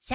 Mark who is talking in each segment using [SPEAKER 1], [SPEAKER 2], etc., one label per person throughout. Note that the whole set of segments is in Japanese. [SPEAKER 1] シ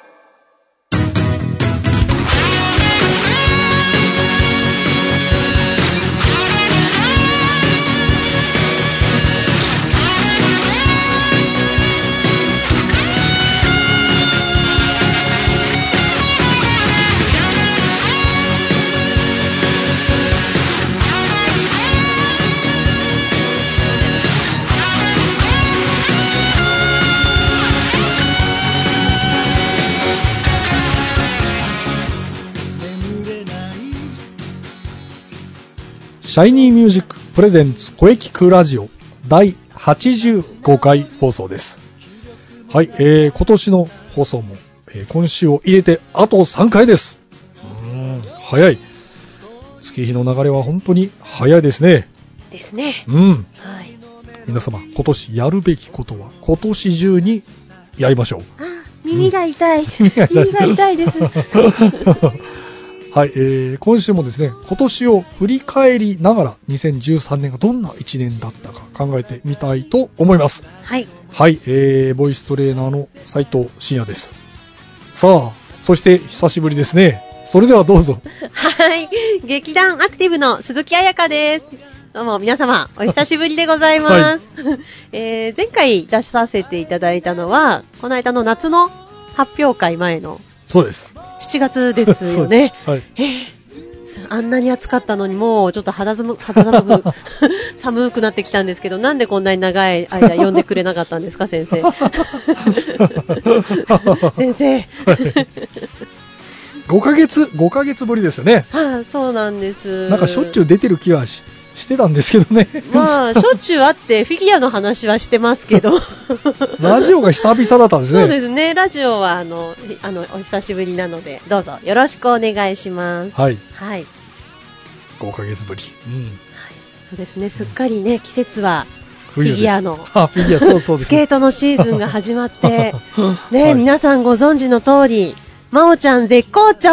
[SPEAKER 2] シャイニーミュージックプレゼンツ声聞くラジオ第85回放送です。はい、えー、今年の放送も、えー今週を入れてあと3回です。うーん、早い。月日の流れは本当に早いですね。
[SPEAKER 3] ですね。
[SPEAKER 2] うん、
[SPEAKER 3] はい。
[SPEAKER 2] 皆様今年やるべきことは今年中にやりましょう。
[SPEAKER 3] あ、耳が痛い。
[SPEAKER 2] 耳が痛い
[SPEAKER 3] 耳が痛いです。
[SPEAKER 2] はい、えー今週もですね、今年を振り返りながら2013年がどんな1年だったか考えてみたいと思います。
[SPEAKER 3] はい。
[SPEAKER 2] はい、えー、ボイストレーナーの斉藤真也です。さあ、そして久しぶりですね。それではどうぞ。
[SPEAKER 3] はい。劇団アクティブの鈴木彩香です。どうも皆様、お久しぶりでございます。 えー前回出させていただいたのは、この間の夏の発表会前の
[SPEAKER 2] そうです。
[SPEAKER 3] 7月ですよね。
[SPEAKER 2] そうです。
[SPEAKER 3] あんなに暑かったのにもうちょっと肌寒肌寒 く寒くなってきたんですけど、なんでこんなに長い間呼んでくれなかったんですか、先 生。
[SPEAKER 2] はい。
[SPEAKER 3] 先生。
[SPEAKER 2] 5ヶ月、5ヶ月ぶりですよね。
[SPEAKER 3] あそうなんです。
[SPEAKER 2] なんかしょっちゅう出てる気はししてたんですけどね。
[SPEAKER 3] まあ、しょっちゅうあって、フィギュアの話はしてますけ ど。
[SPEAKER 2] ラジオが久々だったんですね。
[SPEAKER 3] そうですね。ラジオは、あの、ひあの、お久しぶりなので、どうぞよろしくお願いします。
[SPEAKER 2] はい。
[SPEAKER 3] はい。
[SPEAKER 2] 5ヶ月ぶり。うん。
[SPEAKER 3] そうですね。すっかりね、季節は、
[SPEAKER 2] 冬です
[SPEAKER 3] フィギュアの
[SPEAKER 2] あ、フィギュア、そうそうで
[SPEAKER 3] ス
[SPEAKER 2] すね、
[SPEAKER 3] ケートのシーズンが始ま って、ね、
[SPEAKER 2] はい
[SPEAKER 3] 皆さんご存知の通り、まおちゃん絶好調い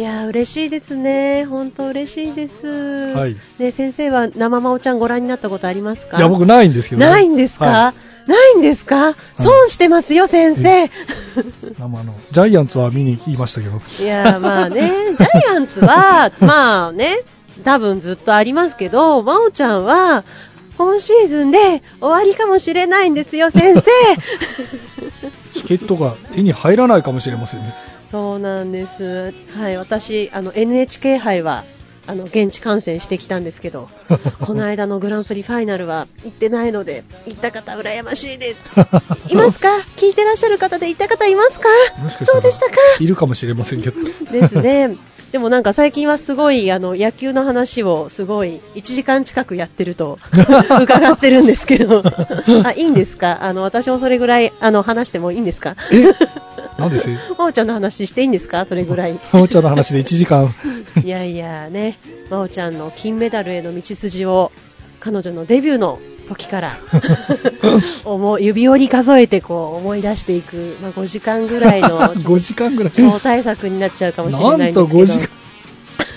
[SPEAKER 3] やー、嬉しいですね。本当嬉しいです。
[SPEAKER 2] はい。い
[SPEAKER 3] ね、先生は生まおちゃんご覧になったことありますか
[SPEAKER 2] や、僕ないんですけどね、
[SPEAKER 3] ないんですか、
[SPEAKER 2] は
[SPEAKER 3] ないんですか損してますよ、先生。
[SPEAKER 2] い生の。ジャイアンツは見に行きましたけど。
[SPEAKER 3] いやー、まあね、ジャイアンツは、まあね、多分ずっとありますけど、まおちゃんは、今シーズンで終わりかもしれないんですよ、先生。
[SPEAKER 2] チケットが手に入らないかもしれませんね。
[SPEAKER 3] そうなんです。はい、私、あの、NHK 杯は、あの、現地観戦してきたんですけ ど、この間のグランプリファイナルは行ってないので、行った方羨ましいです。いますか聞いてらっしゃる方で行った方いますか
[SPEAKER 2] もしかしたら
[SPEAKER 3] どうでしたか
[SPEAKER 2] いるかもしれませんけど。
[SPEAKER 3] ですね。でもなんか最近はすごいあの野球の話をすごい1時間近くやってる と伺ってるんですけどあいいんですかあの私もそれぐらいあの話してもいいんですか
[SPEAKER 2] えなんですね。
[SPEAKER 3] まおちゃんの話していいんですかそれぐらい
[SPEAKER 2] おもちゃの話で1時間。
[SPEAKER 3] いやいやねまおちゃんの金メダルへの道筋を彼女のデビューの時から 思う指折り数えてこう思い出していく、まあ、5時間ぐらい のちょっ
[SPEAKER 2] 5時間ぐらい。
[SPEAKER 3] と超大作になっちゃうかもしれないんです
[SPEAKER 2] な
[SPEAKER 3] け
[SPEAKER 2] ん
[SPEAKER 3] ど
[SPEAKER 2] と5時間。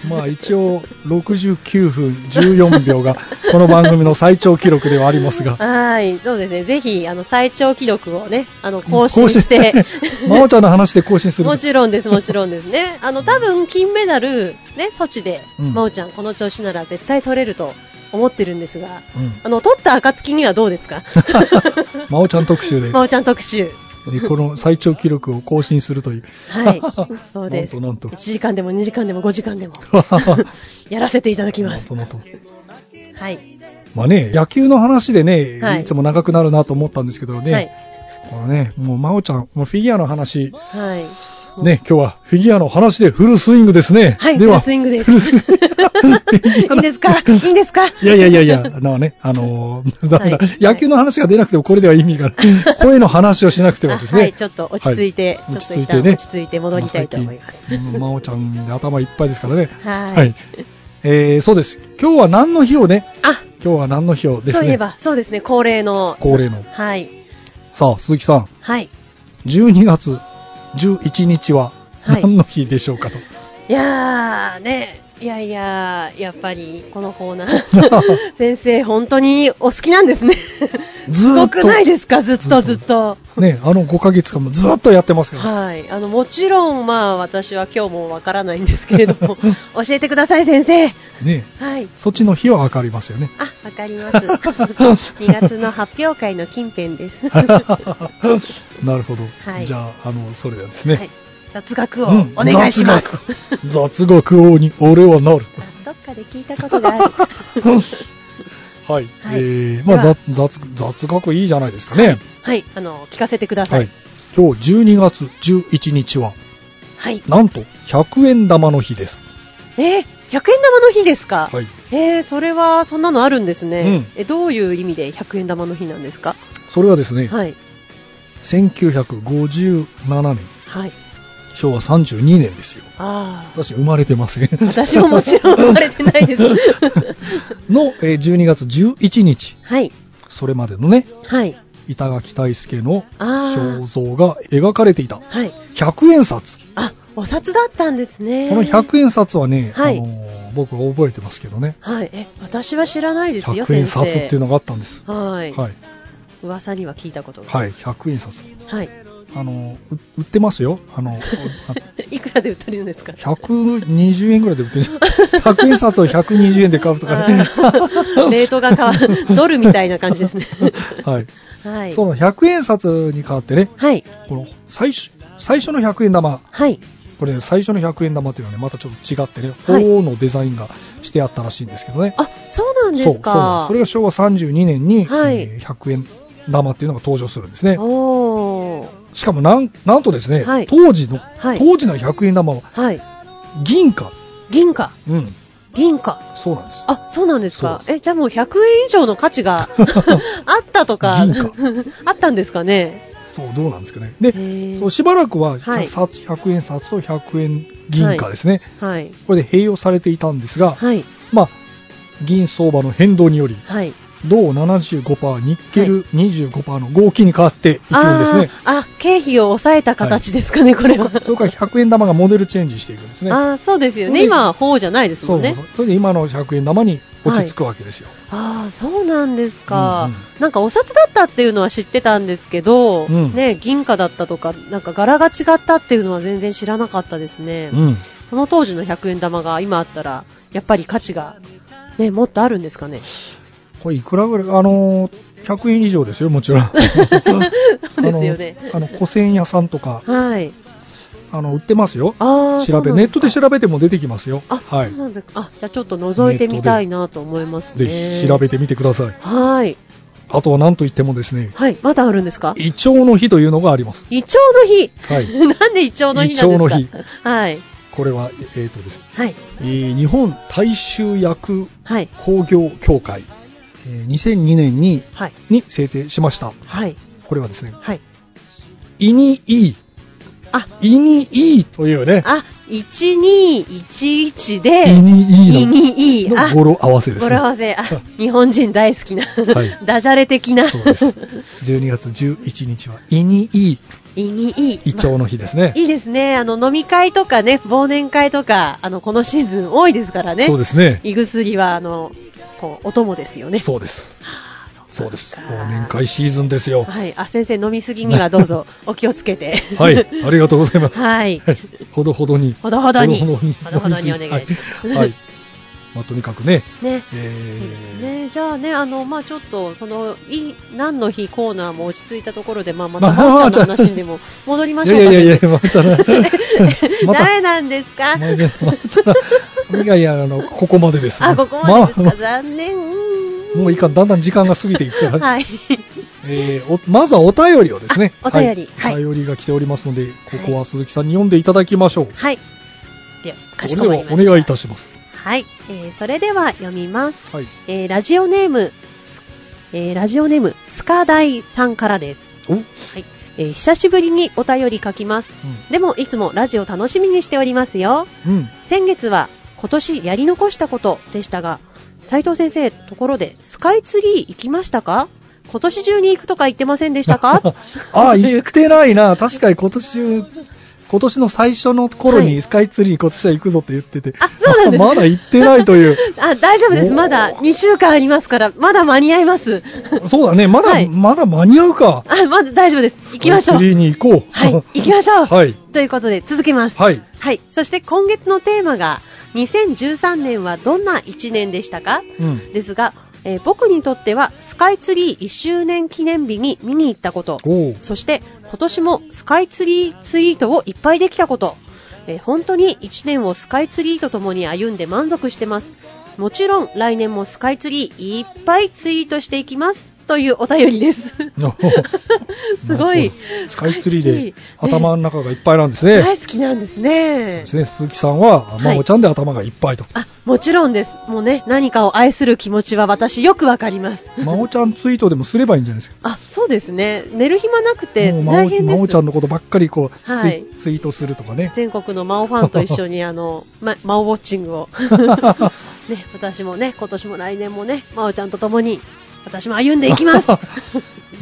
[SPEAKER 2] まあ一応69分14秒がこの番組の最長記録ではありますが。
[SPEAKER 3] はい、そうですね。ぜひ、あの、最長記録をね、あの、 更新して、
[SPEAKER 2] まおちゃんの話で更新するん
[SPEAKER 3] も
[SPEAKER 2] です。
[SPEAKER 3] ちろんです、もちろんですね。あの、多分、金メダル、ね、措置で、
[SPEAKER 2] うん
[SPEAKER 3] まおちゃん、この調子なら絶対取れると思ってるんですが、
[SPEAKER 2] うん。
[SPEAKER 3] あの、取った暁にはどうです か
[SPEAKER 2] まおちゃん特集で、
[SPEAKER 3] まおちゃん特集。
[SPEAKER 2] ねこの最長記録を更新するという。
[SPEAKER 3] はい、そうです。
[SPEAKER 2] なんとなんと
[SPEAKER 3] 1時間でも2時間でも5時間で も、
[SPEAKER 2] な
[SPEAKER 3] やらせていただきます。
[SPEAKER 2] んとなんと
[SPEAKER 3] はい。
[SPEAKER 2] まあね、野球の話でね、
[SPEAKER 3] はい
[SPEAKER 2] い、つも長くなるなと思ったんですけどね、
[SPEAKER 3] はい。
[SPEAKER 2] このね、もう真央ちゃん、もうフィギュアの話、
[SPEAKER 3] はい。
[SPEAKER 2] ね、今日はフィギュアの話でフルスイングですね。
[SPEAKER 3] はい、
[SPEAKER 2] で
[SPEAKER 3] フル
[SPEAKER 2] は、
[SPEAKER 3] スイングです。
[SPEAKER 2] フルスイング
[SPEAKER 3] いいですかいいんですか
[SPEAKER 2] いやいやいやいや、あのね、あのーだんだ
[SPEAKER 3] は
[SPEAKER 2] ん
[SPEAKER 3] い
[SPEAKER 2] 野球の話が出なくてもこれでは意 味がない。声の話をしなくてもですね。
[SPEAKER 3] あはい、ちょっと落ち着いて、
[SPEAKER 2] はい
[SPEAKER 3] ちょっと一旦落ち着いて戻りたいと思います。
[SPEAKER 2] 最近うん真央ちゃんで頭いっぱいですからね。
[SPEAKER 3] はい、
[SPEAKER 2] えー、そうです。今日は何の日をね、
[SPEAKER 3] あ、
[SPEAKER 2] 今日は何の日をですね。
[SPEAKER 3] そういえば、そうですね、恒例の。
[SPEAKER 2] 恒例の。
[SPEAKER 3] はい。
[SPEAKER 2] さあ、鈴木さん。
[SPEAKER 3] はい。
[SPEAKER 2] 12月11日は
[SPEAKER 3] はい
[SPEAKER 2] 何の日でしょうかと。
[SPEAKER 3] いやー、ね、いやいや、やっぱりこのコーナ ー、先生、本当にお好きなん ですね。
[SPEAKER 2] ず
[SPEAKER 3] す
[SPEAKER 2] ー
[SPEAKER 3] ご
[SPEAKER 2] っと
[SPEAKER 3] くないですか、ずっとずっと。
[SPEAKER 2] ね、あの5ヶ月間もずーっとやってますから。
[SPEAKER 3] はい、あのもちろん、まあ、私は今日もわからないんですけれど も、教えてください、先生。
[SPEAKER 2] ね、
[SPEAKER 3] はい、
[SPEAKER 2] そっちの日はわかります よね。
[SPEAKER 3] あ、わかります。2月の発表会の近辺です。 は
[SPEAKER 2] なるほど。
[SPEAKER 3] はい
[SPEAKER 2] じゃあ、あの、それではですね。
[SPEAKER 3] い、雑学を
[SPEAKER 2] う
[SPEAKER 3] お願いします。
[SPEAKER 2] 雑学雑学王に俺はなる。
[SPEAKER 3] あ どっかで聞いたことがある。は
[SPEAKER 2] はい。
[SPEAKER 3] い
[SPEAKER 2] えー、まあ、
[SPEAKER 3] では
[SPEAKER 2] 雑、雑、雑学いいじゃないですかね。
[SPEAKER 3] はい、あの聞かせてくださ。
[SPEAKER 2] はいい。今日12月11日は、
[SPEAKER 3] はい、
[SPEAKER 2] なんと100円玉の日です。
[SPEAKER 3] えー、100円玉の日ですか、
[SPEAKER 2] はい。
[SPEAKER 3] えー、それはそんなのあるんですね、
[SPEAKER 2] うん
[SPEAKER 3] えどういう意味で100円玉の日なんですか、
[SPEAKER 2] それはですね、
[SPEAKER 3] はい、
[SPEAKER 2] 1957年、
[SPEAKER 3] はい、
[SPEAKER 2] 昭和32年ですよ。
[SPEAKER 3] あ ー
[SPEAKER 2] 私生まれてません。
[SPEAKER 3] 私ももちろん生まれてないです。
[SPEAKER 2] の、えー12月11日、
[SPEAKER 3] はい、
[SPEAKER 2] それまでのね、
[SPEAKER 3] はい、
[SPEAKER 2] 板垣大輔の
[SPEAKER 3] あ
[SPEAKER 2] 肖
[SPEAKER 3] ー
[SPEAKER 2] 像が描かれていた
[SPEAKER 3] はい、
[SPEAKER 2] 100円札。
[SPEAKER 3] あお札だったんですね。
[SPEAKER 2] この100円札はね、
[SPEAKER 3] はい
[SPEAKER 2] あのー僕は覚えてますけどね、
[SPEAKER 3] はい、え私は知らないですよ、
[SPEAKER 2] 100円
[SPEAKER 3] 先生。
[SPEAKER 2] 札っていうのがあったんです。
[SPEAKER 3] はい、
[SPEAKER 2] はい。
[SPEAKER 3] 噂には聞いたことが。
[SPEAKER 2] はい、100円札。
[SPEAKER 3] はい。
[SPEAKER 2] あのーう売ってますよ。あの ー、あ
[SPEAKER 3] いくらで売ってるんですか
[SPEAKER 2] 120円ぐらいで売ってるじゃん。100円札を120円で買うとかね。
[SPEAKER 3] あーレートが変わ る、ドルみたいな感じですね。
[SPEAKER 2] はい。
[SPEAKER 3] はい。
[SPEAKER 2] その100円札に代わってね、
[SPEAKER 3] はい。
[SPEAKER 2] この最初、最初の100円玉、
[SPEAKER 3] はい。
[SPEAKER 2] これ、ね、最初の100円玉っていうのはね、またちょっと違ってね、
[SPEAKER 3] はい
[SPEAKER 2] 鳳凰のデザインがしてあったらしいんですけどね。
[SPEAKER 3] あ、そうなん
[SPEAKER 2] そう
[SPEAKER 3] です
[SPEAKER 2] そうなんで
[SPEAKER 3] か。
[SPEAKER 2] すそれが昭和32年に、
[SPEAKER 3] はい
[SPEAKER 2] えー100円玉っていうのが登場するんですね。
[SPEAKER 3] おー。
[SPEAKER 2] しかもなん、なんとですね、
[SPEAKER 3] はい
[SPEAKER 2] 当時の、
[SPEAKER 3] はい
[SPEAKER 2] 当時の100円玉は
[SPEAKER 3] はい。
[SPEAKER 2] 銀貨。
[SPEAKER 3] 銀貨。
[SPEAKER 2] うん。
[SPEAKER 3] 銀貨。
[SPEAKER 2] そうなんです。
[SPEAKER 3] あ、そうなんですか
[SPEAKER 2] そう。
[SPEAKER 3] え、じゃあもう100円以上の価値 があったとか
[SPEAKER 2] 銀貨、
[SPEAKER 3] あったんですかね。
[SPEAKER 2] そう、どうなんですかね。で、
[SPEAKER 3] へ
[SPEAKER 2] そうしばらくは、
[SPEAKER 3] はい
[SPEAKER 2] 札100円札と100円銀貨ですね、
[SPEAKER 3] ーはい。
[SPEAKER 2] これで併用されていたんですが、
[SPEAKER 3] はい。
[SPEAKER 2] まあ、銀相場の変動により
[SPEAKER 3] はい。
[SPEAKER 2] 銅75%ニッケル25%の合金に変わっていくんですね、
[SPEAKER 3] あーあ、経費を抑えた形ですかね、これは。
[SPEAKER 2] それから100円玉がモデルチェンジしていくんですね
[SPEAKER 3] ああ、そうですよ
[SPEAKER 2] で
[SPEAKER 3] ね。今は4じゃないですも
[SPEAKER 2] そうんそう
[SPEAKER 3] ね
[SPEAKER 2] そう。それで今の100円玉に落ち着くわけですよ、
[SPEAKER 3] ああ、そうなんですか、
[SPEAKER 2] うん
[SPEAKER 3] なんかお札だったっていうのは知ってたんですけど、
[SPEAKER 2] うん
[SPEAKER 3] ね、銀貨だったとか、なんか柄が違ったっていうのは全然知らなかったですね。
[SPEAKER 2] うん
[SPEAKER 3] その当時の100円玉が今あったら、やっぱり価値が、ね、もっとあるんですかね。
[SPEAKER 2] これいくらぐらいあのー100円以上ですよも ちろん
[SPEAKER 3] そうですよね。
[SPEAKER 2] あのあの古銭屋さんとか
[SPEAKER 3] はい。
[SPEAKER 2] あの売ってますよ
[SPEAKER 3] ああ、
[SPEAKER 2] 調べ
[SPEAKER 3] そうなん
[SPEAKER 2] ネ
[SPEAKER 3] です
[SPEAKER 2] ットで調べても出てきますよ
[SPEAKER 3] あ、
[SPEAKER 2] は
[SPEAKER 3] そ
[SPEAKER 2] いう
[SPEAKER 3] なんですか。あ、じゃあちょっと覗いてみたいなと思いますね。
[SPEAKER 2] ぜひ調べてみてください
[SPEAKER 3] はい。
[SPEAKER 2] あとは何と言ってもですね、
[SPEAKER 3] はい。まだあるんですか
[SPEAKER 2] イチョウの日というのがあります。
[SPEAKER 3] イチョウの日。
[SPEAKER 2] はい
[SPEAKER 3] なんでイチョウの日なんですか
[SPEAKER 2] イチョウの
[SPEAKER 3] はい。
[SPEAKER 2] これは、ええーとですね、
[SPEAKER 3] はい。
[SPEAKER 2] えー日本大衆薬
[SPEAKER 3] はい。
[SPEAKER 2] 工業協会、えー2002年に
[SPEAKER 3] はい。
[SPEAKER 2] に制定しました。
[SPEAKER 3] はい。
[SPEAKER 2] これはですね、
[SPEAKER 3] はい。
[SPEAKER 2] 胃にいい、
[SPEAKER 3] あ、
[SPEAKER 2] 胃にいいというね、
[SPEAKER 3] あ、1211で、
[SPEAKER 2] 胃にいい
[SPEAKER 3] い
[SPEAKER 2] の
[SPEAKER 3] にいい。あ、
[SPEAKER 2] の語呂合わせです
[SPEAKER 3] 語呂合
[SPEAKER 2] ね。
[SPEAKER 3] わせ。あ、日本人大好きな、
[SPEAKER 2] い
[SPEAKER 3] ダジャレ的な。
[SPEAKER 2] そうです。12月11日は胃にいい
[SPEAKER 3] いにいい。
[SPEAKER 2] イチョウの日ですね。
[SPEAKER 3] いいですね。あの、飲み会とかね、忘年会とか、あの、このシーズン多いですからね。
[SPEAKER 2] そうですね。
[SPEAKER 3] 胃薬は、あの、こう、お供ですよね。
[SPEAKER 2] そうです。
[SPEAKER 3] あそっか
[SPEAKER 2] そうです。
[SPEAKER 3] そっか
[SPEAKER 2] 忘年会シーズンですよ。
[SPEAKER 3] はい。あ、先生、飲みすぎにはどうぞ、お気をつけて。
[SPEAKER 2] はい、ありがとうございます。
[SPEAKER 3] はい。
[SPEAKER 2] ほどほどに。
[SPEAKER 3] ほどほどに。
[SPEAKER 2] ほどほどに。
[SPEAKER 3] ほどほどにお願いします。
[SPEAKER 2] はい。はいまあ、とにかくね、
[SPEAKER 3] ね。
[SPEAKER 2] えー
[SPEAKER 3] いいですね。じゃあね、あの、まあちょっと、その、いい、何の日コーナーも落ち着いたところで、まあまた、
[SPEAKER 2] まあ
[SPEAKER 3] ワンちゃん
[SPEAKER 2] ま
[SPEAKER 3] の
[SPEAKER 2] あちょ
[SPEAKER 3] 話にでも戻りま
[SPEAKER 2] い
[SPEAKER 3] しょう
[SPEAKER 2] や
[SPEAKER 3] か。
[SPEAKER 2] いや いやい
[SPEAKER 3] 先
[SPEAKER 2] や、まちゃな。
[SPEAKER 3] 生
[SPEAKER 2] また、
[SPEAKER 3] 誰なんです か
[SPEAKER 2] まちゃいやいや、あの、ここまでです、
[SPEAKER 3] あ、ここまでですか、
[SPEAKER 2] まあ
[SPEAKER 3] 残念。
[SPEAKER 2] もういいか、だんだん時間が過ぎていくから、
[SPEAKER 3] はい。
[SPEAKER 2] えーおまずはお便りをですね。
[SPEAKER 3] あお便り
[SPEAKER 2] はい。
[SPEAKER 3] はい
[SPEAKER 2] お便りが来ておりますので、ここは鈴木さんに読んでいただきましょう。
[SPEAKER 3] はい。では、かし
[SPEAKER 2] そ
[SPEAKER 3] こま
[SPEAKER 2] れ
[SPEAKER 3] り
[SPEAKER 2] で
[SPEAKER 3] ま
[SPEAKER 2] は、お
[SPEAKER 3] した。
[SPEAKER 2] 願いいたします。
[SPEAKER 3] はい。えー、それでは読みます。
[SPEAKER 2] はい。
[SPEAKER 3] えー、ラジオネーム、すえー、ラジオネーム、スカダイさんからです。
[SPEAKER 2] お、うん、
[SPEAKER 3] えー、久しぶりにお便り書きます。でも、いつもラジオ楽しみにしておりますよ。
[SPEAKER 2] うん。
[SPEAKER 3] 先月は今年やり残したことでしたが斉藤先生ところでスカイツリー行きましたか今 年中に行くとか言ってませんでしたか
[SPEAKER 2] あ、言ってないな。確かに今年中、今年の最初の頃
[SPEAKER 3] は
[SPEAKER 2] に
[SPEAKER 3] い
[SPEAKER 2] スカイツリー今年は行くぞって言ってて、
[SPEAKER 3] あそうなんです
[SPEAKER 2] あまだ行ってないと いう。
[SPEAKER 3] あ、大丈夫です。
[SPEAKER 2] おー
[SPEAKER 3] まだ2週間ありますから、まだ間に合います。
[SPEAKER 2] そうだね、まだ、
[SPEAKER 3] はい
[SPEAKER 2] まだ間に合うか。
[SPEAKER 3] あ、まだ大丈夫です。行きましょ
[SPEAKER 2] スカイツ
[SPEAKER 3] う。
[SPEAKER 2] リーに行こう。
[SPEAKER 3] はい、行きましょう。
[SPEAKER 2] はい。
[SPEAKER 3] ということで、続けます。
[SPEAKER 2] はい。
[SPEAKER 3] はい。そして今月のテーマが、2013年はどんな1年でしたか
[SPEAKER 2] うん。
[SPEAKER 3] ですが、えー僕にとってはスカイツリー1周年記念日に見に行ったこと、
[SPEAKER 2] おう。
[SPEAKER 3] そして今年もスカイツリーツイートをいっぱいできたこと、えー本当に1年をスカイツリーとともに歩んで満足してます。もちろん来年もスカイツリーいっぱいツイートしていきます。というお便り です。すごい。
[SPEAKER 2] スカイツリ
[SPEAKER 3] スカイツリー
[SPEAKER 2] ーで
[SPEAKER 3] ね
[SPEAKER 2] 頭の中がいっぱいなんですね。
[SPEAKER 3] 大好きなんですね。
[SPEAKER 2] ですね鈴木さんは、
[SPEAKER 3] い
[SPEAKER 2] まおちゃんで頭がいっぱ いと。
[SPEAKER 3] あ、もちろんです。もうね、何かを愛する気持ちは私よくわかります。
[SPEAKER 2] まおちゃんツイートでもすればいいんじゃないですか。
[SPEAKER 3] あ、そうですね。寝る暇なくて
[SPEAKER 2] もうま
[SPEAKER 3] 大
[SPEAKER 2] お
[SPEAKER 3] 変
[SPEAKER 2] ま
[SPEAKER 3] です。
[SPEAKER 2] おちゃんのことばっかりこう、
[SPEAKER 3] はい
[SPEAKER 2] ツイツイートするとかね。
[SPEAKER 3] 全国のマオファンと一緒 にあの、ま、マオウォッチングを、 ね、私もね今年も来年もねマオちゃんと共に私も歩んでいきます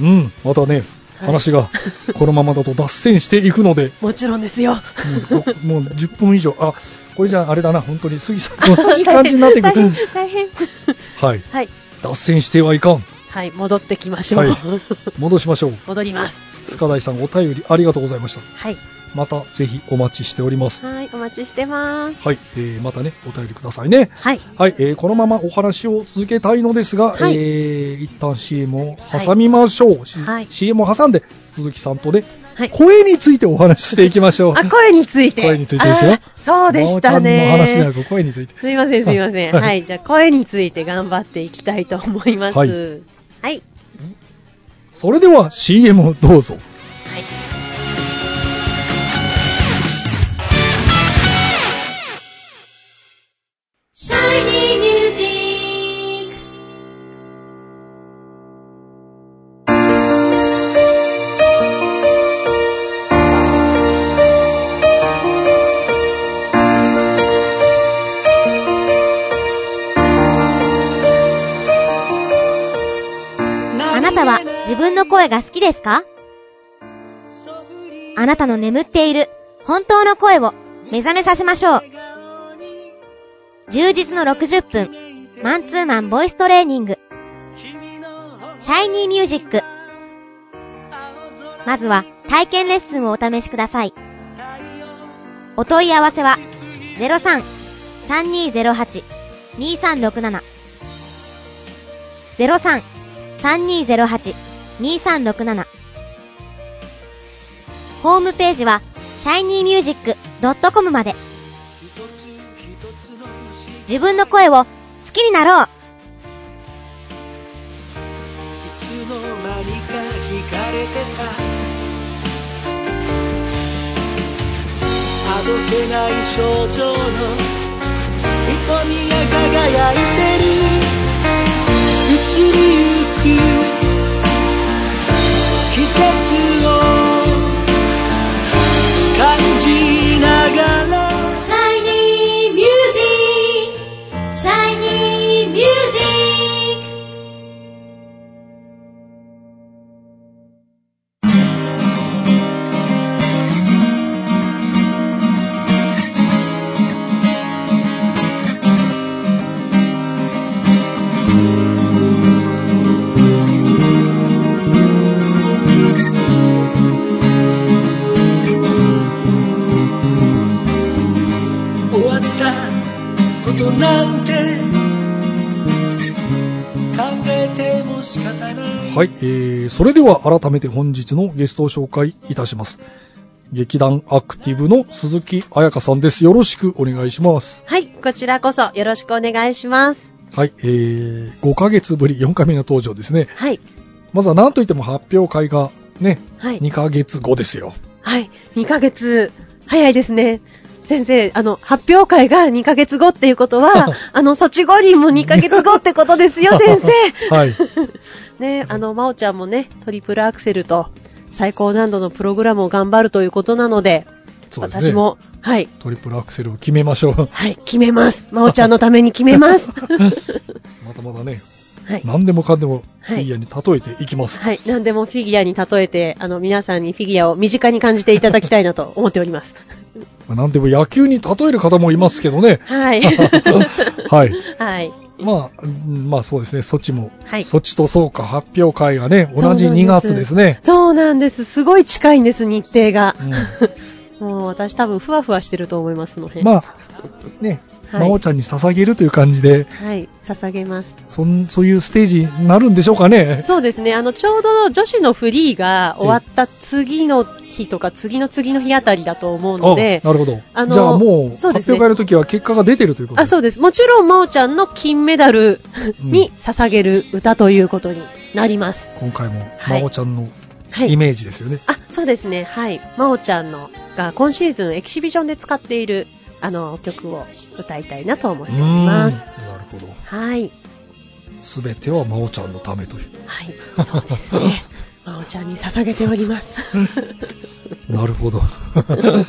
[SPEAKER 2] うん。またね、
[SPEAKER 3] はい
[SPEAKER 2] 話がこのままだと脱線していくので、
[SPEAKER 3] もちろんですよ
[SPEAKER 2] もうもう10分以上。あ、これじゃああれだな、本当に杉さん と同じ感じになっていく
[SPEAKER 3] 大。変大変
[SPEAKER 2] はい。
[SPEAKER 3] はい、
[SPEAKER 2] 脱線してはいかん。
[SPEAKER 3] はい、戻ってきましょう、
[SPEAKER 2] はい戻しましょう。
[SPEAKER 3] 戻ります
[SPEAKER 2] 塚大さんお便りありがとうございました。
[SPEAKER 3] はい
[SPEAKER 2] またぜひお待ちしております。
[SPEAKER 3] はいお待ちしてます
[SPEAKER 2] はい、えー、またね、お便りくださいね。
[SPEAKER 3] はい
[SPEAKER 2] はい、えー、このままお話を続けたいのですが、
[SPEAKER 3] はい
[SPEAKER 2] えー、一旦 CM を挟みましょう。し
[SPEAKER 3] はい
[SPEAKER 2] CM を挟んで、鈴木さんとね、
[SPEAKER 3] はい
[SPEAKER 2] 声についてお話ししていきましょう。
[SPEAKER 3] あ声について
[SPEAKER 2] 声についてですよ
[SPEAKER 3] あーそうでしたね
[SPEAKER 2] 真央ちゃんの話では声について。
[SPEAKER 3] すいません、すいません。
[SPEAKER 2] はい
[SPEAKER 3] はい、じゃあ声について頑張っていきたいと思います。
[SPEAKER 2] は
[SPEAKER 3] はいい。はい。
[SPEAKER 2] それでは CM をどうぞ。
[SPEAKER 4] Shiny Music!
[SPEAKER 1] あなたは自分の声が好きですかあなたの眠っている本当の声を目覚めさせましょう。充実の60分、マンツーマンボイストレーニング。シャイニーミュージック。まずは体験レッスンをお試しください。お問い合わせは03-3208-2367 03 3208-2367ホームページは shinymusic.com まで自分の声を好きになろう
[SPEAKER 5] あどけない症状の瞳が輝いてる移りゆく季節を感じながら
[SPEAKER 4] Shiny Music! Shiny Music!
[SPEAKER 5] 終わったことなんて考えても仕方ない
[SPEAKER 2] はい、えー、それでは改めて本日のゲストを紹介いたします。劇団アクティブの鈴木彩香さんです。よろしくお願いします。
[SPEAKER 3] はい、こちらこそよろしくお願いします。
[SPEAKER 2] はい、えー、5ヶ月ぶり4回目の登場ですね。
[SPEAKER 3] はい。
[SPEAKER 2] まずは何といっても発表会がね、
[SPEAKER 3] はい。
[SPEAKER 2] 2ヶ月後ですよ。
[SPEAKER 3] はい。2ヶ月、早いですね。先生、あの、発表会が2ヶ月後っていうこと は、あの、そっち後にも2ヶ月後ってことですよ、先生。
[SPEAKER 2] はい。
[SPEAKER 3] ね、あの、まおちゃんもね、トリプルアクセルと、最高難度のプログラムを頑張るということなので、
[SPEAKER 2] そうです
[SPEAKER 3] 私。
[SPEAKER 2] ね。
[SPEAKER 3] も、はい、
[SPEAKER 2] トリプルアクセルを決めましょう。
[SPEAKER 3] はい、決めます。まおちゃんのために決めます。
[SPEAKER 2] またまたね、
[SPEAKER 3] はい
[SPEAKER 2] 何でもかんでもフ
[SPEAKER 3] はい
[SPEAKER 2] ィギュアに例えていきます。
[SPEAKER 3] はい。何でもフィギュアに例えて、あの、皆さんにフィギュアを身近に感じていただきたいなと思っております。
[SPEAKER 2] まあ何でも野球に例える方もいますけどね。
[SPEAKER 3] はい。
[SPEAKER 2] はい。
[SPEAKER 3] はい。
[SPEAKER 2] まあ、うんまあそうですね、ソチも、
[SPEAKER 3] はい
[SPEAKER 2] ソチとそうか発表会がね、同じ
[SPEAKER 3] そうなんです
[SPEAKER 2] 2月ですね。
[SPEAKER 3] そうなんです。すごい近いんです、日程が。
[SPEAKER 2] う
[SPEAKER 3] もう私多分ふわふわしてると思います、その辺。
[SPEAKER 2] ん、まあ、ね、
[SPEAKER 3] はい
[SPEAKER 2] 真央ちゃんに捧げるという感じで、
[SPEAKER 3] はい。捧げます。
[SPEAKER 2] そんそういうステージになるんでしょうかね。
[SPEAKER 3] そうですね。あの、ちょうど女子のフリーが終わった次の日とか、次の次の日あたりだと思うので
[SPEAKER 2] あ、なるほど。
[SPEAKER 3] あの
[SPEAKER 2] じゃあもう、
[SPEAKER 3] そ
[SPEAKER 2] 発
[SPEAKER 3] うです
[SPEAKER 2] 表
[SPEAKER 3] ね
[SPEAKER 2] 会の時は結果が出てるということ
[SPEAKER 3] あ、そうです。もちろん、まおちゃんの金メダルに捧げる歌ということになります。
[SPEAKER 2] 今回も、
[SPEAKER 3] はい
[SPEAKER 2] 真央ちゃんの
[SPEAKER 3] はい
[SPEAKER 2] イ。メージですよね。
[SPEAKER 3] あ、そうですね。はい。まおちゃんのが今シーズンエキシビジョンで使っているあの曲を歌いたいなと思っており
[SPEAKER 2] うーんな
[SPEAKER 3] ま
[SPEAKER 2] る
[SPEAKER 3] す。
[SPEAKER 2] ほど。
[SPEAKER 3] はい。
[SPEAKER 2] すべては真央ちゃんのためという。
[SPEAKER 3] はい。そうです ね。まおちゃんに捧げております。
[SPEAKER 2] なるほど。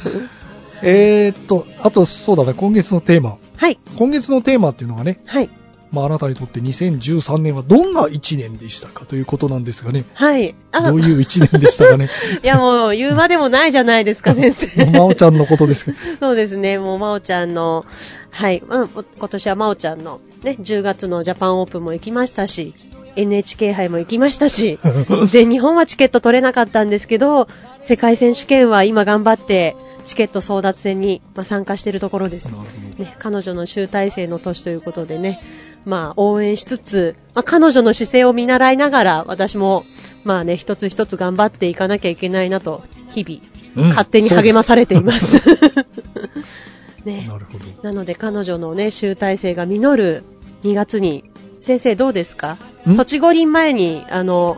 [SPEAKER 2] えーっと、あとそうだね、今月のテーマ。
[SPEAKER 3] はい。
[SPEAKER 2] 今月のテーマっていうのがね、
[SPEAKER 3] はい。
[SPEAKER 2] まあ、あなたにとって2013年はどんな1年でしたかということなんですがね、
[SPEAKER 3] はい。あ、
[SPEAKER 2] どういう1年でした かね、
[SPEAKER 3] いやもう言うまでもないじゃないですか、先 生。
[SPEAKER 2] まおちゃんのことで すけど、
[SPEAKER 3] そうですね、もう、まおちゃんの、はい、まあお今年はまおちゃんの、ね、10月のジャパンオープンも行きましたし、NHK 杯も行きましたし、全日本はチケット取れなかったんですけど、世界選手権は今頑張って、チケット争奪戦に、まあ、参加しているところです。ね、彼女の集大成の年ということでね、まあ、応援しつつ、まあ、彼女の姿勢を見習いながら、私も、まあね、一つ一つ頑張っていかなきゃいけないなと、日々、
[SPEAKER 2] うん
[SPEAKER 3] 勝手に励まされています。 ね、
[SPEAKER 2] なるほど。
[SPEAKER 3] なので、彼女のね、集大成が実る2月に、先生どうですか
[SPEAKER 2] ん
[SPEAKER 3] ソチ五輪前に、あの、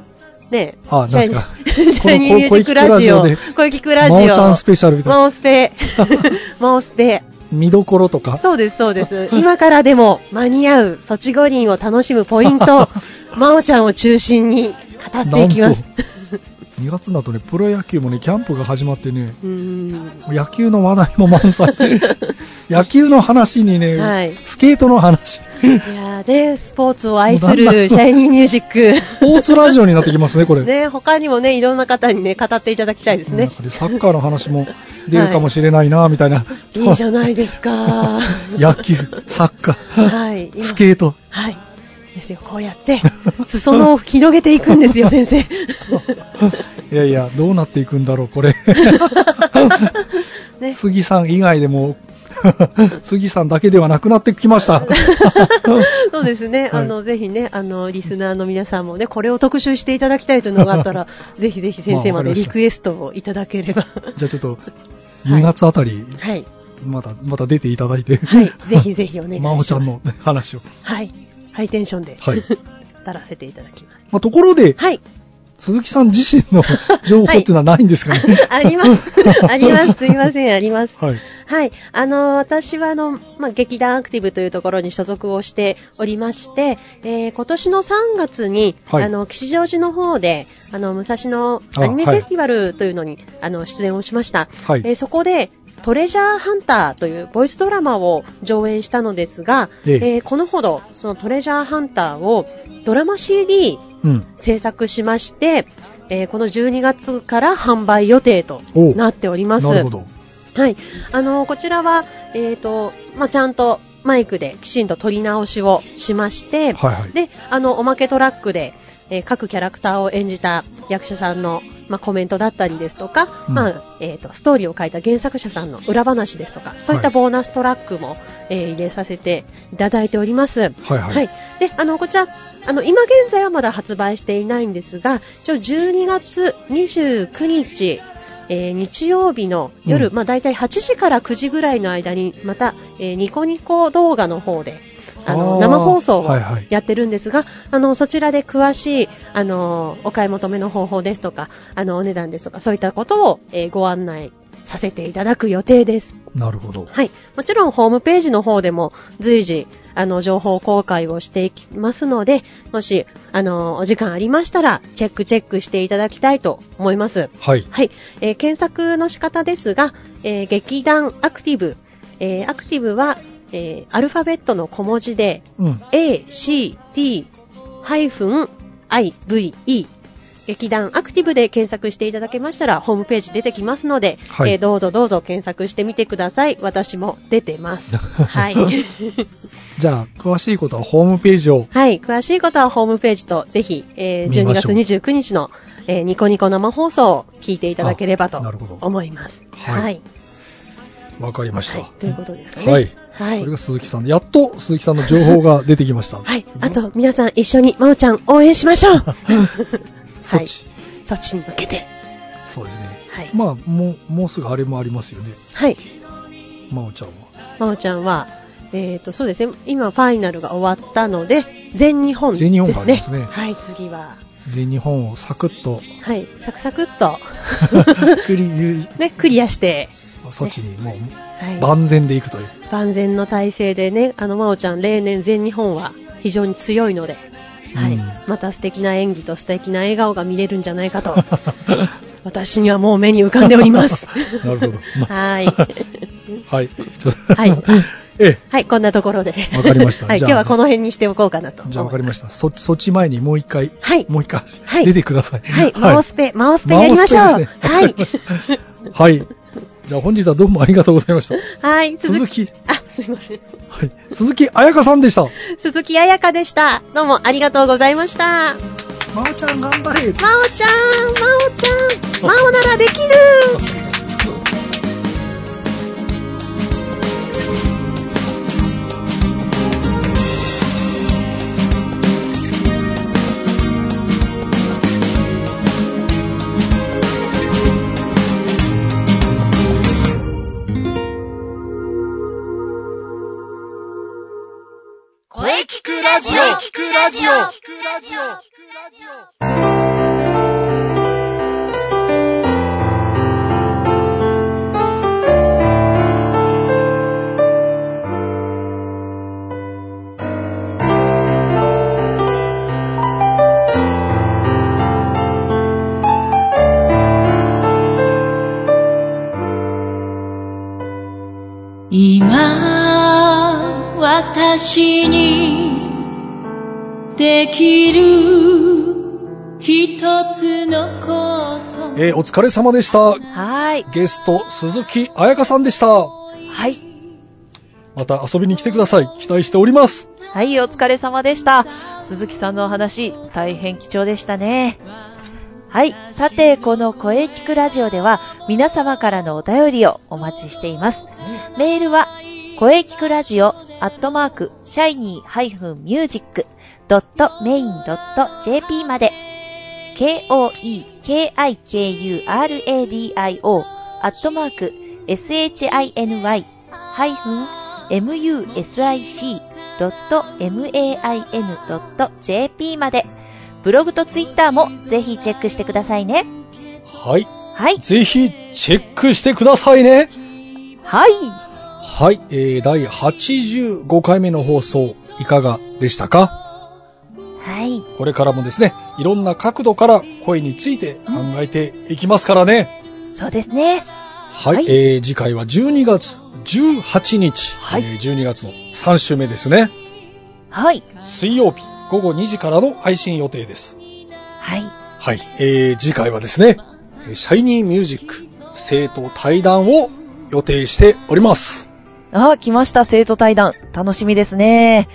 [SPEAKER 3] ね、
[SPEAKER 2] あ
[SPEAKER 3] シャイ
[SPEAKER 2] 何
[SPEAKER 3] ニ
[SPEAKER 2] で
[SPEAKER 3] ー
[SPEAKER 2] す
[SPEAKER 3] シ
[SPEAKER 2] か
[SPEAKER 3] ャイニーミュージックラジオ、
[SPEAKER 2] この
[SPEAKER 3] 小雪クラジ
[SPEAKER 2] ま
[SPEAKER 3] オ、
[SPEAKER 2] おちゃんスペシャルみたいな、
[SPEAKER 3] マオス ペ、マオスペ、
[SPEAKER 2] 見どころとか、
[SPEAKER 3] そうです、そうです。 今からでも間に合うソチ五輪を楽しむポイン ト、まおちゃんを中心に語っていきます。
[SPEAKER 2] 2月だとね、プロ野球もね、キャンプが始まってね、
[SPEAKER 3] うーん
[SPEAKER 2] 野球の話題も 満載。野球の話にね、
[SPEAKER 3] はい
[SPEAKER 2] スケートの話、
[SPEAKER 3] いやーね、スポーツを愛するシャイニーミュージッ
[SPEAKER 2] ス
[SPEAKER 3] ク。
[SPEAKER 2] ポーツラジオになってきます ね、これ。
[SPEAKER 3] ね、他にもね、いろんな方にね、語っていただきたいですね
[SPEAKER 2] なん。かサッカーの話も出るかもしれないな、みたいな。
[SPEAKER 3] いいじゃないですか。
[SPEAKER 2] 野球、サッカー、
[SPEAKER 3] はい。今
[SPEAKER 2] スケート。
[SPEAKER 3] はい。ですよ、こうやって、裾野を広げていくんです よ、先生。
[SPEAKER 2] いやいや、どうなっていくんだろう、これ。
[SPEAKER 3] ね、
[SPEAKER 2] 杉さん以外 でも、杉さんだけではなくなってきました。
[SPEAKER 3] そうですね、
[SPEAKER 2] はい
[SPEAKER 3] あのぜひねあの、リスナーの皆さんもね、これを特集していただきたいというのがあったら、ぜひぜひ先生ま
[SPEAKER 2] まあわかり
[SPEAKER 3] で
[SPEAKER 2] まし
[SPEAKER 3] リ
[SPEAKER 2] た
[SPEAKER 3] クエストをいただけれ ば、
[SPEAKER 2] じゃあちょっと、2月あたり、
[SPEAKER 3] はい、
[SPEAKER 2] また、また出ていただいて、
[SPEAKER 3] はい、ぜひぜひお願いし
[SPEAKER 2] 真
[SPEAKER 3] ま
[SPEAKER 2] 帆
[SPEAKER 3] す。
[SPEAKER 2] ちゃんの話を。
[SPEAKER 3] はい、ハイテンションで、
[SPEAKER 2] はい
[SPEAKER 3] 語らせていただきます。
[SPEAKER 2] まあ、ところで、
[SPEAKER 3] はい、
[SPEAKER 2] 鈴木さん自身の情報っていうのはないんですかね。
[SPEAKER 3] あり ます、あります、すいません、あります。
[SPEAKER 2] はい。
[SPEAKER 3] はい、あの私はあの、まあ、劇団アクティブというところに所属をしておりまして、えー今年の3月に、
[SPEAKER 2] はい
[SPEAKER 3] あの吉祥寺の方であの武蔵野
[SPEAKER 2] あ
[SPEAKER 3] アニメフ
[SPEAKER 2] はい
[SPEAKER 3] ェスティバルというのにあ、の出演をしました、
[SPEAKER 2] はい
[SPEAKER 3] えーそこでトレジャーハンターというボイスドラマを上演したのですが、
[SPEAKER 2] え
[SPEAKER 3] え
[SPEAKER 2] え
[SPEAKER 3] ーこのほどそのトレジャーハンターをドラマ CD
[SPEAKER 2] うん。
[SPEAKER 3] 制作しまして、えーこの12月から販売予定と
[SPEAKER 2] おう
[SPEAKER 3] なっております。
[SPEAKER 2] なるほど。
[SPEAKER 3] はい、あのこちらは、えーとまあ、ちゃんとマイクできちんと撮り直しをしまして、
[SPEAKER 2] はいはい。
[SPEAKER 3] であのおまけトラックで、えー各キャラクターを演じた役者さんの、まあ、コメントだったりですとか、
[SPEAKER 2] うん
[SPEAKER 3] まあえー、とストーリーを書いた原作者さんの裏話ですとかそういった
[SPEAKER 2] はい
[SPEAKER 3] ボーナストラックも、えー入れさせていただいております。
[SPEAKER 2] はい
[SPEAKER 3] は、
[SPEAKER 2] はいい。
[SPEAKER 3] であのこちらあの今現在はまだ発売していないんですが一応12月29日、えー日曜日の夜、
[SPEAKER 2] うん
[SPEAKER 3] まあ、大体8時から9時ぐらいの間にまた、えーニコニコ動画の方であの
[SPEAKER 2] あー
[SPEAKER 3] 生放送を
[SPEAKER 2] はいはい
[SPEAKER 3] やってるんですが、あのそちらで詳しいあのお買い求めの方法ですとかあのお値段ですとかそういったことを、えーご案内させていただく予定です。
[SPEAKER 2] なるほど。
[SPEAKER 3] はい。もちろんホームページの方でも随時、あの、情報公開をしていきますので、もし、あの、お時間ありましたら、チェックチェックしていただきたいと思います。
[SPEAKER 2] はい。
[SPEAKER 3] はい。えー検索の仕方ですが、えー劇団アクティブ。えーアクティブは、えーアルファベットの小文字で、
[SPEAKER 2] うん。
[SPEAKER 3] A, C, T, IVE 劇団アクティブで検索していただけましたらホームページ出てきますので、
[SPEAKER 2] はい
[SPEAKER 3] えーどうぞどうぞ検索してみてください私も出てます はい、
[SPEAKER 2] じゃあ、詳しいことはホームページを。
[SPEAKER 3] はい、詳しいことはホームページとぜひ、えー
[SPEAKER 2] 見
[SPEAKER 3] 12
[SPEAKER 2] ましょ
[SPEAKER 3] 月
[SPEAKER 2] う
[SPEAKER 3] 29日の、えーニコニコ生放送を聞いていただければと
[SPEAKER 2] あなるほど
[SPEAKER 3] 思います
[SPEAKER 2] はい
[SPEAKER 3] はい、
[SPEAKER 2] わかりまし
[SPEAKER 3] はい
[SPEAKER 2] た。
[SPEAKER 3] ということですかね
[SPEAKER 2] はい。
[SPEAKER 3] は
[SPEAKER 2] こ
[SPEAKER 3] い
[SPEAKER 2] れが鈴木さん。やっと鈴木さんの情報が出てきました。
[SPEAKER 3] はい、あと皆さん一緒にまおちゃん応援しましょう
[SPEAKER 2] そっち。
[SPEAKER 3] はい、そっちに向けて
[SPEAKER 2] そうですね。
[SPEAKER 3] はい、
[SPEAKER 2] まあ、もう、もうすぐあれもありますよね。
[SPEAKER 3] はい、
[SPEAKER 2] まおちゃんは。
[SPEAKER 3] まおちゃんはえー、とそうですね今ファイナルが終わったので全日本です
[SPEAKER 2] 全
[SPEAKER 3] ね
[SPEAKER 2] 日本がありますね
[SPEAKER 3] はい次は
[SPEAKER 2] 全日本をサクッと、
[SPEAKER 3] はいサクサクっと
[SPEAKER 2] クリユ
[SPEAKER 3] ねクリアして、
[SPEAKER 2] そっちにもう
[SPEAKER 3] はい、
[SPEAKER 2] 万全でいくという。
[SPEAKER 3] 万全の体制でね、あの、まおちゃん、例年全日本は非常に強いので、はい。
[SPEAKER 2] うん
[SPEAKER 3] また素敵な演技と素敵な笑顔が見れるんじゃない かと、私にはもう目に浮かんでおります。
[SPEAKER 2] なるほどま
[SPEAKER 3] はい。
[SPEAKER 2] はい。ちょっと
[SPEAKER 3] はい。
[SPEAKER 2] え
[SPEAKER 3] はい、こんなところで。
[SPEAKER 2] わかりました
[SPEAKER 3] はい、
[SPEAKER 2] じ
[SPEAKER 3] 今
[SPEAKER 2] ゃあ
[SPEAKER 3] 日はこの辺にしておこうかなと
[SPEAKER 2] え。。じゃあわかりま
[SPEAKER 3] し
[SPEAKER 2] した。そ、そっち前にもう一回、
[SPEAKER 3] はい
[SPEAKER 2] もう一回、
[SPEAKER 3] はい
[SPEAKER 2] 出てください。
[SPEAKER 3] たはい、マオスペ、マオスペやりましょう。
[SPEAKER 2] マオスペ
[SPEAKER 3] は
[SPEAKER 2] で
[SPEAKER 3] い。
[SPEAKER 2] すねわかりましたはい。じゃあ本日はどうもありがとうございました。
[SPEAKER 3] はい、
[SPEAKER 2] 鈴
[SPEAKER 3] 鈴木。
[SPEAKER 2] 木、
[SPEAKER 3] あ、すいません。
[SPEAKER 2] はい。鈴木彩香さんでした。
[SPEAKER 3] 鈴木彩香でした。どうもありがとうございました。
[SPEAKER 2] まおちゃん頑張
[SPEAKER 3] まおちゃん、
[SPEAKER 2] れ。
[SPEAKER 3] まおちゃん、まおならできる
[SPEAKER 5] 声聞くラジオ聞くラジオ聞くラジオ
[SPEAKER 4] 今私にできる一つのこと
[SPEAKER 2] えーお疲れ様でした。
[SPEAKER 4] はい
[SPEAKER 2] ゲスト、鈴木彩香さんでした。
[SPEAKER 6] はい。
[SPEAKER 2] また遊びに来てください。期待しております。
[SPEAKER 6] はい、お疲れ様でした。鈴木さんのお話、大変貴重でしたね。はい。さて、この声聞くラジオでは、皆様からのお便りをお待ちしています。メールは、声聞くラジオ、アットマーク、シャイニー -music.main.jp まで、k-o-e-k-i-k-u-r-a-d-i-o、アットマーク、shiny-music.main.jp まで、ブログとツイッターもぜひチェックしてくださいね。
[SPEAKER 2] はい。
[SPEAKER 6] はい。
[SPEAKER 2] ぜひ、チェックしてくださいね。
[SPEAKER 6] はい。
[SPEAKER 2] はい。えー、第85回目の放送、いかがでしたか
[SPEAKER 6] はい。
[SPEAKER 2] これからもですね、いろんな角度から声について考えていきますからね。
[SPEAKER 6] そうですね。
[SPEAKER 2] はい。
[SPEAKER 6] はい
[SPEAKER 2] えー、次回は12月18日。
[SPEAKER 6] はい
[SPEAKER 2] えー12月の3週目ですね。
[SPEAKER 6] はい。
[SPEAKER 2] 水曜日、午後2時からの配信予定です。
[SPEAKER 6] はい。
[SPEAKER 2] はい、えー、次回はですね、えーシャイニーミュージック生徒対談を予定しております。
[SPEAKER 6] あ、来ました。生徒対談。楽しみですね。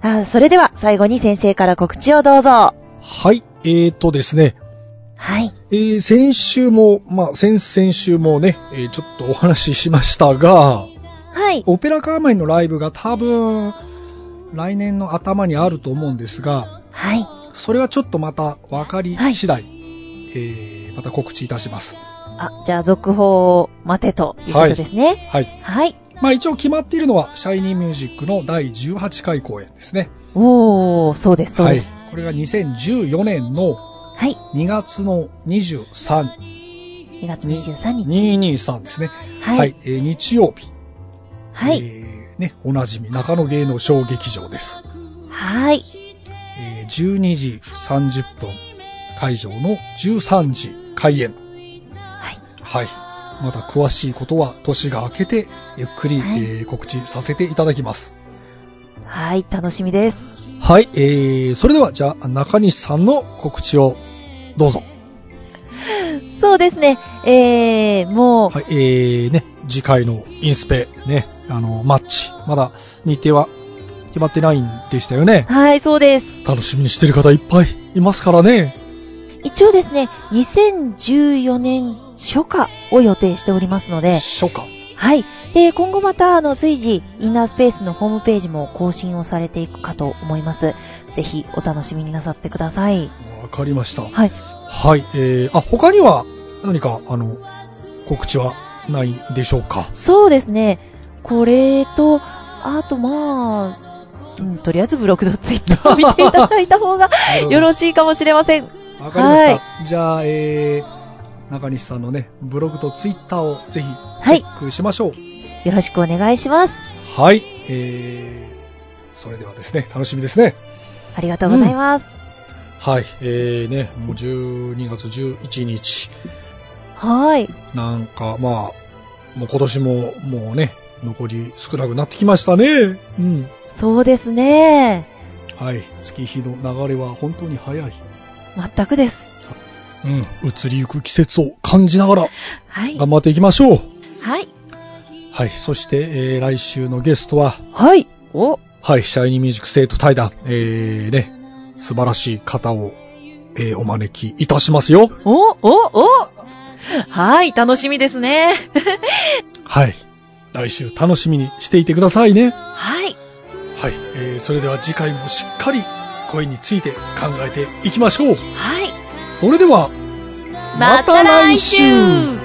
[SPEAKER 6] あそれでは、最後に先生から告知をどうぞ。
[SPEAKER 2] はい、えーとですね、
[SPEAKER 6] はい。
[SPEAKER 2] えー先週も、まあ、先々週もね、えーちょっとお話ししましたが、
[SPEAKER 6] はい。
[SPEAKER 2] オペラカーマンのライブが多分、来年の頭にあると思うんですが、
[SPEAKER 6] はい。
[SPEAKER 2] それはちょっとまた分かり
[SPEAKER 6] はい
[SPEAKER 2] 次第、えーまた告知いたします。
[SPEAKER 6] あ、じゃあ、続報を待てということですね。
[SPEAKER 2] はい。
[SPEAKER 6] はい。
[SPEAKER 2] まあ一応決まっているのは、シャイニーミュージックの第18回公演ですね。
[SPEAKER 6] おー、そうです、そうです。
[SPEAKER 2] はい。これが2014年の
[SPEAKER 6] はい。
[SPEAKER 2] 2月の23、
[SPEAKER 6] 2月23日。
[SPEAKER 2] 223ですね。
[SPEAKER 6] はい
[SPEAKER 2] えー日曜日。
[SPEAKER 6] はい。
[SPEAKER 2] えーね、おなじみ、中野芸能小劇場です。
[SPEAKER 6] はい。
[SPEAKER 2] えー12時30分、会場の13時開演。
[SPEAKER 6] はい。
[SPEAKER 2] はい。また詳しいことは年が明けてゆっくり、
[SPEAKER 6] はい
[SPEAKER 2] えー告知させていただきます。
[SPEAKER 6] はい、楽しみです。
[SPEAKER 2] はい、えー、それではじゃあ中西さんの告知をどうぞ。
[SPEAKER 6] そうですね。えー、もう、
[SPEAKER 2] はい、えー、ね、次回のインスペ、ね、あの、マッチ、まだ日程は決まってないんでしたよね。
[SPEAKER 6] はい、そうです。
[SPEAKER 2] 楽しみにしてる方いっぱいいますからね。
[SPEAKER 6] 一応ですね、2014年初夏を予定しておりますので、
[SPEAKER 2] 初夏。
[SPEAKER 6] はい。で、今後また、あの、随時、インナースペースのホームページも更新をされていくかと思います。ぜひ、お楽しみになさってください。
[SPEAKER 2] わかりました。
[SPEAKER 6] はい。
[SPEAKER 2] はい、えー、あ、他には何か、あの、告知はないんでしょうか。
[SPEAKER 6] そうですね。これと、あと、まあ、うん、とりあえずブログとツイッターを見ていただいた方が よろしいかもしれません。
[SPEAKER 2] わかりました。じゃあ、えー、中西さんのね、ブログとツイッターをぜひ、
[SPEAKER 6] はい
[SPEAKER 2] チェックしましょう。
[SPEAKER 6] よろしくお願いします。
[SPEAKER 2] はい、えー、それではですね、楽しみですね。
[SPEAKER 6] ありがとうございます。
[SPEAKER 2] はい、えーね、もう12月11日、
[SPEAKER 6] はい。
[SPEAKER 2] なんか、まあ、もう今年も、もうね、残り少なくなってきましたね。うん。
[SPEAKER 6] そうですね。
[SPEAKER 2] はい、月日の流れは本当に早い。
[SPEAKER 6] 全くです。
[SPEAKER 2] うん、移りゆく季節を感じながら
[SPEAKER 6] はい。
[SPEAKER 2] 頑張っていきましょう。
[SPEAKER 6] はい。
[SPEAKER 2] はい、そして、えー来週のゲストは、
[SPEAKER 6] はい。お、
[SPEAKER 2] はい、シャイニーミュージック生徒対談、えーね、素晴らしい方を、えーお招きいたしますよ。
[SPEAKER 6] お、お、おはい、楽しみですね。
[SPEAKER 2] はい。来週楽しみにしていてくださいね。
[SPEAKER 6] はい。
[SPEAKER 2] はい、えーそれでは次回もしっかり声について考えていきましょう。
[SPEAKER 6] はい。
[SPEAKER 2] それでは、
[SPEAKER 6] また来週